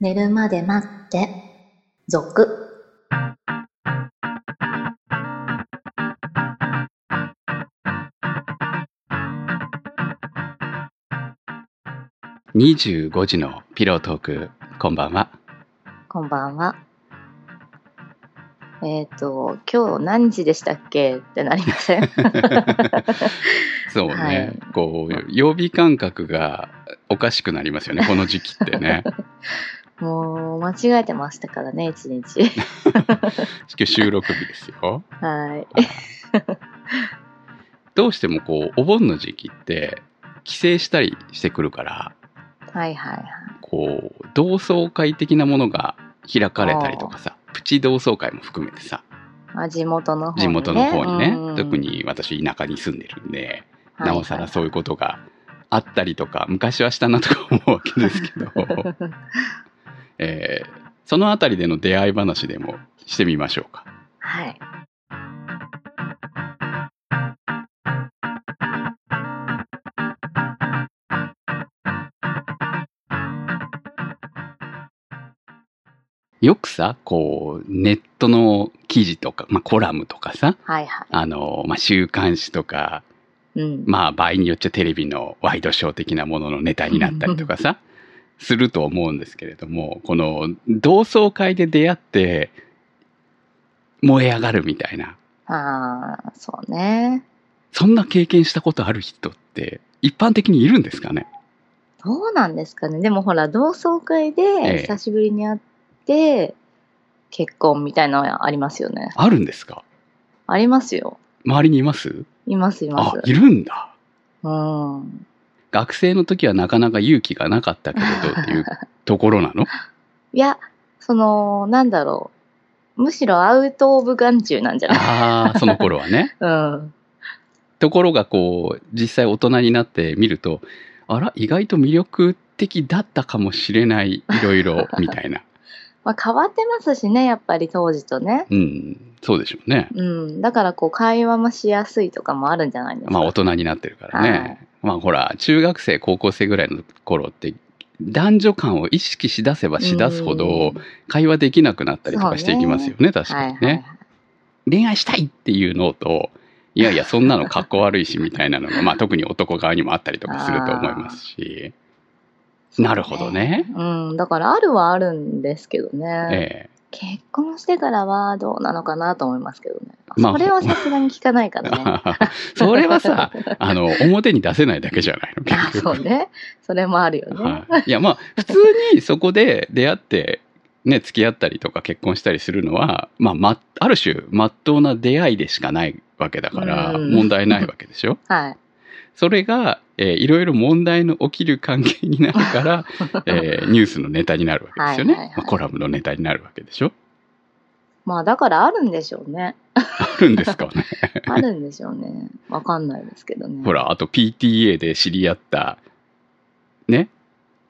寝るまで待って、続。 25時のピロートークこんば んはこんばんは。えっ、と、今日何時でしたっけってなりま せんそうね、はいこう曜日感覚がおかしくなりますよねこの時期っ てねもう、間違えてましたからね、一日。今日収録日ですよはい。どうしてもこうお盆の時期って帰省したりしてくるからはいはいはい。こう同窓会的なものが開かれたりとかさプチ同窓会も含めてさあ地元の方に、地ね。元の方にねうん特、に私田舎に住んでるんで、はいなおさらそういうことがあったりとか昔はしたなとか思うわけですけ ど、えーそのあたりでの出会い話でもしてみましょうか。はい。よくさこうネットの記事とか、まあ、コラムとかさはいはあの、まあ、週刊誌とか、い。うん。まあ、場合によっちゃテレビのワイドショー的なもののネタになったりと かさすると思うんですけれどもこの同窓会で出会って燃え上がるみたいなああ、そうね。そんな経験したことある人って一般的にいるんですかねどうなんですかね。でもほら、同窓会ええで久しぶりに会って、結婚みたいなのありますよね。あるんですかありますよ。周りにいますいますいまあす。いるんだうん。学生の時はなかなか勇気がなかったけれどって いうところなのいや、その、なんだろう。むしろアウト・オブ・眼中なんじゃないああその頃はねうん。ところがこう実際大人になってみるとあら意外と魅力的だったかもしれないいろいろみたい なまあ、変わってますしね、やっぱり当時とね。うんそうでしょうねうん。だから、こう、会話もしやすいとかもあるんじゃないですか。まあ大人になってるからね、はいまあほら中学生高校生ぐらいの頃って男女間を意識しだせばしだすほどうん会話できなくなったりとかしていきますよね確はかいにはいね、はい。恋愛したいっていうのといやいやそんなの格好悪いしみたいなのが、まあ、特に男側にもあったりとかすると思いますしなるほどね。うん、だからあるはあるんですけどね、ええ結婚してからはどうなのかなと思いますけどね、まあそれはさすがに聞かないからね それは さあの表に出せないだけじゃないのあ結局そうねそれもあるよね、はい、いやまあ普通にそこで出会ってね付き合ったりとか結婚したりするのは、まあ、まある種まっとうな出会いでしかないわけだからうん問題ないわけでしょはいそれが、えーいろいろ問題の起きる関係になる から、えーニュースのネタになるわけですよね。はいはいはいまあコラムのネタになるわけでしょ。まあだからあるんでしょうねあるんですかね。あるんでしょうねわかんないですけどねほら、あと PTA で知り合った、ね、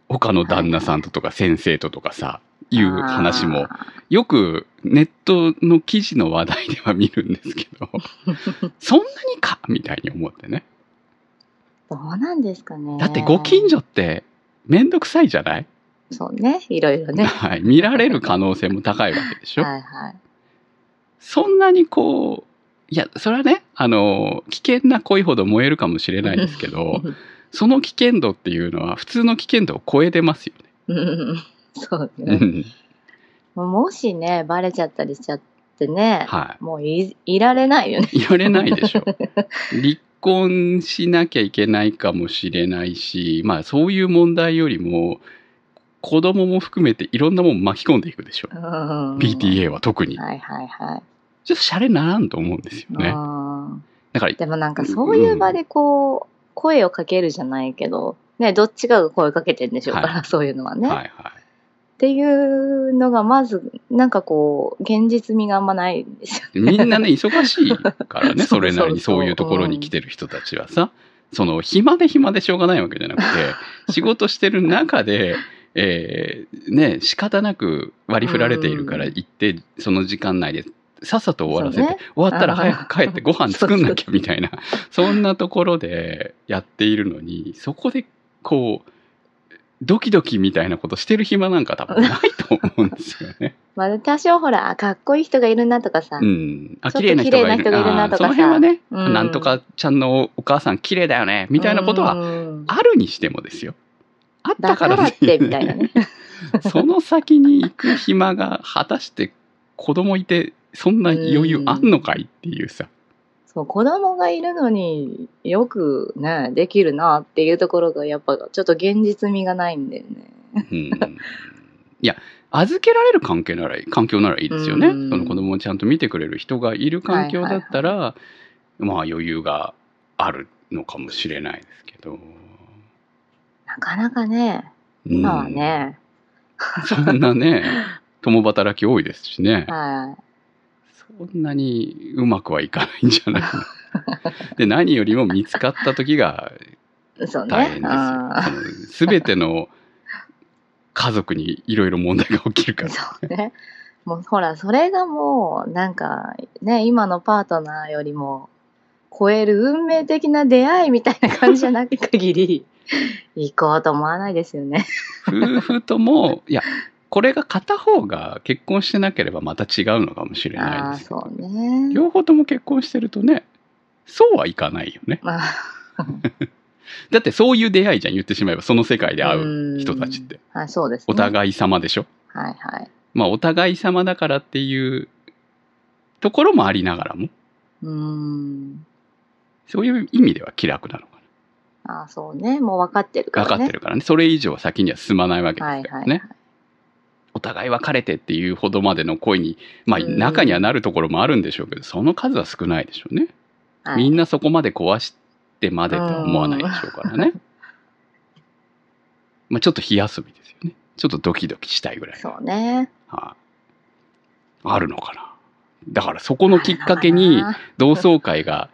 他の旦那さんととか先生ととかさ、いう話も、あよくネットの記事の話題では見るんですけ ど、そんなにかみたいに思ってね。ーどうなんですかねだってご近所ってめんどくさいじゃない、そうねいろいろねはい。見られる可能性も高いわけでしょ。はいはいそんなにこう、いや、それはね、あの、危険な恋ほど燃えるかもしれないですけど、その危険度っていうのは普通の危険度を超えてますようん そうね。ね、もしねバレちゃったりしちゃってね、はもういいられないよねい。言われないで しょ。離婚しなきゃいけないかもしれないし、まあそういう問題よりも、子供も含めていろんなもん巻き込んでいくでしょ。うん。 PTA は特に。はいはいはい。ちょっとシャレならんと思うんですよね。うんだから、でもなんかそういう場でこう、声をかけるじゃないけど、ね、どっちかが声かけてんでしょうから、はそういうのはね、はいはい。っていうのがまず、なんかこう、現実味があんまないんですよ。みんなね、忙しいからね、 そそうそそううれなりにそういうところに来てる人たちはさ、その、暇で暇でしょうがないわけじゃなく て、仕事してる中で、えーね、仕方なく割り振られているからうん行って、その時間内で、さっさと終わらせて、そうね終わったら早く帰ってご飯作んなきゃみたい な、そんなところでやっているのに、そこでこう、ドキドキみたいなことしてる暇なんか多分ないと思うんですよ ね。まあ、多少ほら、かっこいい人がいるなとかさう。ん。あ、ちょっと綺麗な人が綺麗な人がいいる。るあなーとかそさの辺はね、うんなんとかちゃんのお母さん綺麗だよね、みたいなことは、うんあるにしてもですよ。あっだたかかららって、みたいなね。 その先に行く暇が果たして子供いてそんな余裕あんのかいっていうさ。そう、子供がいるのによくね、できるなっていうところが、やっぱちょっと現実味がないんだよね。うん、いや、預けられる関係ならいい、環境ならいいですよね。うんその子供をちゃんと見てくれる人がいる環境だったら、まあ余裕があるのかもしれないですけど。なかなかね、うん今はね、そんなね、共働き多いですしね。はそんなにうまくはいかないんじゃないかな。 で、何よりも見つかった時がい。そう大ねう変。でんすよ。すべての家族にいろいろ問題が起き るから。そうね。もうほら、それがもう、なんか、ね、今のパートナーよりも、超える運命的な出会いみたいな感じじゃなく 限り、行こうと思わないですよね。夫婦とも、いや、これが片方が結婚してなければまた違うのかもしれあないあ、ですけどそうね。両方とも結婚してるとね、そうはいかないよね。まあ、だってそういう出会いじゃん、言ってしまえば、その世界で会う人たちって。うん。はい、そうです、ね。お互い様でしょ。はいはい。まあ、お互い様だからっていうところもありながらも、うーん。そういう意味では気楽なのかああ、そうね。もう分かってるかな。ら分かね。ってるからね。それ以上は先には進まないわけですからはねい。はい、はい。お互い別れてっていうほどまでの恋に、まあ、うん中にはなるところもあるんでしょうけど、その数は少ないでしょうね。みんな。なそこまで壊してまでとは思わないでしょうからね。まあちょっと火遊びですよね。ちょっとドキドキしたいぐらい。そうね。はいあるのかな。だからそこのきっかけにあ同窓会が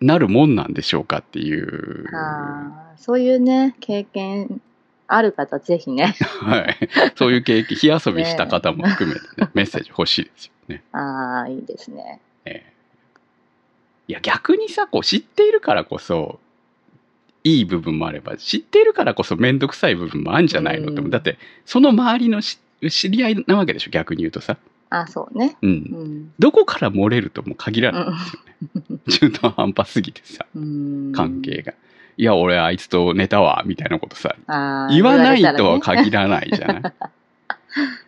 なるもんなんでしょうかっていう。あ、そういうね、経験ある方、ぜひね。 はい。そういう経験、火遊びした方も含めてね、メッセージ欲しいですよね。ああ、いいですね。ええいや逆にさこう知っているからこそいい部分もあれば知っているからこそ面倒くさい部分もあるんじゃないのってうんだってその周りのし知り合いなわけでしょ逆に言うとさ、あそうね。うんうん。どこから漏れるとも限らうない、ん中途半端すぎてさうん関係が、いや俺あいつと寝たわみたいなことさあー言わないとは言われたらね限らないじゃない、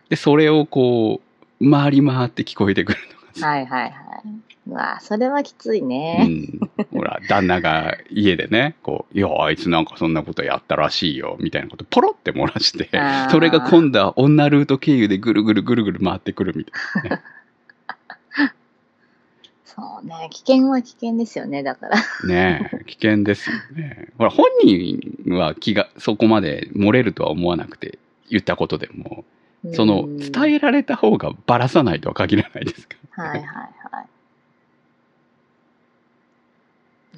でそれをこう回り回って聞こえてくるのがさ、はいはいはい。うわそれはきついうね。ん、 ほら旦那が家でねこう「いやあいつなんかそんなことやったらしいよ」みたいなことポロって漏らしてあーそれが今度は女ルート経由でぐるぐるぐるぐる回ってくるみたいそうね。危険は危険ですよね、だから。なね え危険ですよねほら本人は気がそこまで漏れるとは思わなくて言ったことでもそうのん伝えられた方がバラさないとは限らないですからはいはい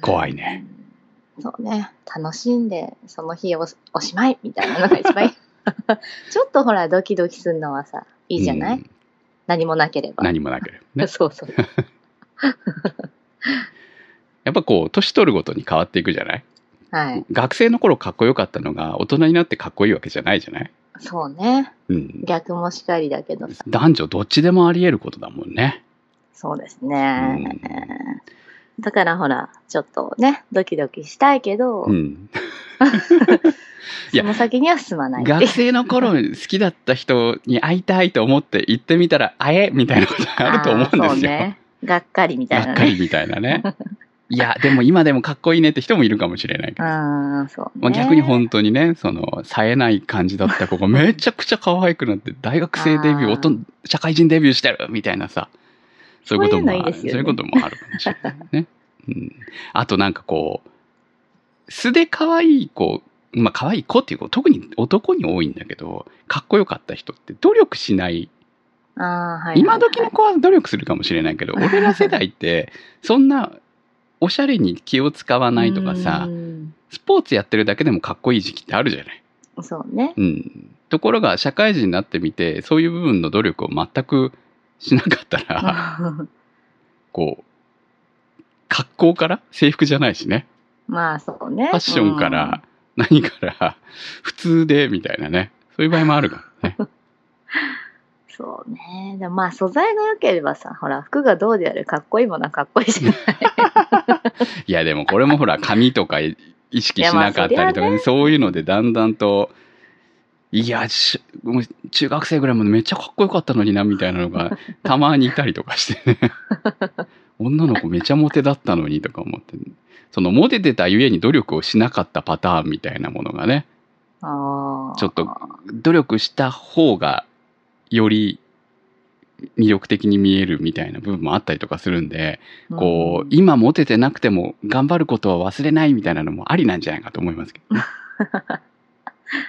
はい。怖いねうん。そうね。楽しんで、その日をおしまいみたいなのが一番 いい。ちょっとほら、ドキドキするのはさ、いいじゃない、うん何もなければ。何もなければね そうそう。やっぱこう年取るごとに変わっていくじゃないはい。学生の頃かっこよかったのが大人になってかっこいいわけじゃないじゃないそうね。うん、逆もしかりだけどさ。男女どっちでもあり得ることだもんね。そうですね。だからほら、ちょっとね、ドキドキしたいけど、うん、いやその先には進まないっていう学生の頃好きだった人に会いたいと思って行ってみたら、あえみたいなことあると思うんあーですよ。そうね。がっかりみたいがなっかね。りみたいなね。いや、でも今でもかっこいいねって人もいるかもしれないけど。ああ、そうね。まあ、逆に本当にね、その、冴えない感じだった子がめちゃくちゃ可愛くなって、大学生デビュー、あーおとん社会人デビューしてるみたいなさ、そういうこともある。そそういうのいいですようねいうこともあるかもしれないね。 うん。あとなんかこう、素で可愛い子、まあ可愛い子っていう子、特に男に多いんだけど、かっこよかった人って努力しない。ああ、はいはいはい。今時の子は努力するかもしれない けど、俺ら世代って、そんな、おしゃれに気を使わないとかさ、うんスポーツやってるだけでもかっこいい時期ってあるじゃない。そう ね。うん。ところが、社会人になってみて、そういう部分の努力を全くしなかっ たら、こう、格好から制服じゃないしね。まあそうね。ファッションから、何から 普通でみたいなねそういう場合もある からねそうね。でもまあ素材が良ければさ、ほら、服がどうであれかっこいいものはかっこいいじゃない。いやでもこれもほら髪とか意識しなかったりいとか、やまあそりゃね、そういうのでだんだんといやしもう中学生ぐらいまでめっちゃかっこよかったのになみたいな のがたまにいたりとかしてね女の子めちゃモテだったのにとか思って、そのモテてたゆえに努力をしなかったパターンみたいなものがねあーちょっと努力した方がより魅力的に見えるみたいな部分もあったりとかするんで、こう、ん今モテてなくても頑張ることは忘れないみたいなのもありなんじゃないかと思いますけ ど、ね、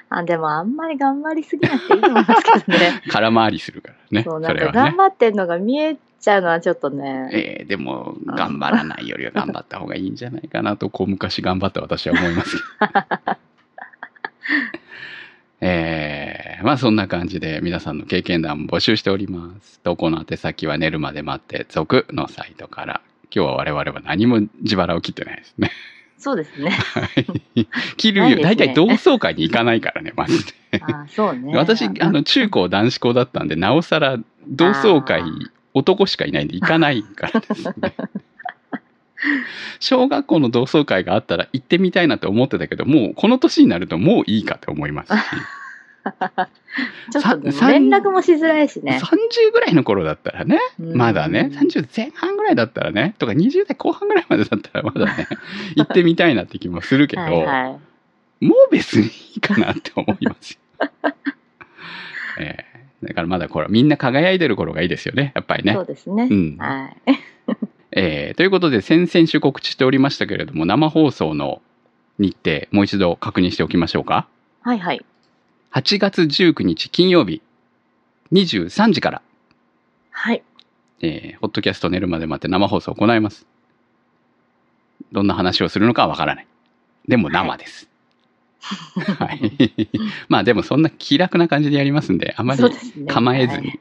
あ、でもあんまり頑張りすぎなくていいと思いますけど ね。空回りするからね、そ、そうなんれかはね頑。張ってんのが見えちゃうのはちょっとね。えーでも、頑張らないよりは頑張った方がいいんじゃないかなと、こう、昔頑張った私は思いますけど。 えーまあそんな感じで皆さんの経験談も募集しております。投稿の宛先は寝るまで待って、続のサイトから。今日は我々は何も自腹を切ってないですね。そうです ね。はい切るよ。ない大です体ね同窓会に行かないからね、マジで。あーそうね。私あの中高男子校だったんでなおさら同窓会あー男しかいないんで行かないからです ね小学校の同窓会があったら行ってみたいなと思ってたけどもうこの年になるともういいかと思いますし、ちょっとでもさ連絡もしづらいしね。 30ぐらいの頃だったらねうんまだね30前半ぐらいだったらねとか20代後半ぐらいまでだったらまだ ね行ってみたいなって気もするけどはいはい。もう別にいいかなって思いますよ。 ええだからまだこれみんな輝いてる頃がいいですよね、やっぱりねそ。うですねう。んはい。ええということで先々週告知しておりましたけれども生放送の日程もう一度確認しておきましょうかはいはい。 8月19日金曜日23時から、はい。ええホットキャスト寝るまで待って生放送を行いますどんな話をするのかはわからないでも生です、はい、 まあでもそんな気楽な感じでやりますんであまりそうですね。構えずはいに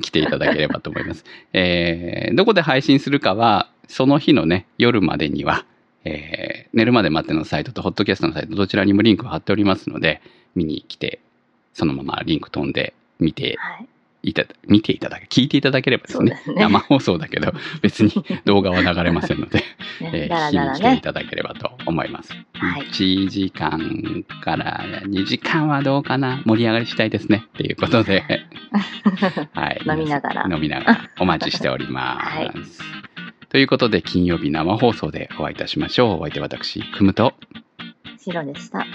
来ていただければと思います。えーどこで配信するかは、その日のね、夜までには、えー寝るまで待ってのサイトとホットキャストのサイト、どちらにもリンクを貼っておりますので、見に来て、そのままリンク飛んで、見てはい。いただ、見ていただけ、聞いていただければですね。そうですね 生放送だけど、別に動画は流れませんの で、えねーだら聞きだにら来ていね。ただければと思います。はい1時間から2時間はどうかな盛り上がりしたいですね。っていうこ とで、はい、飲みながら飲みながらお待ちしております。はいということで金曜日生放送でお会いいたしましょう。お相手私、くむと。白でした。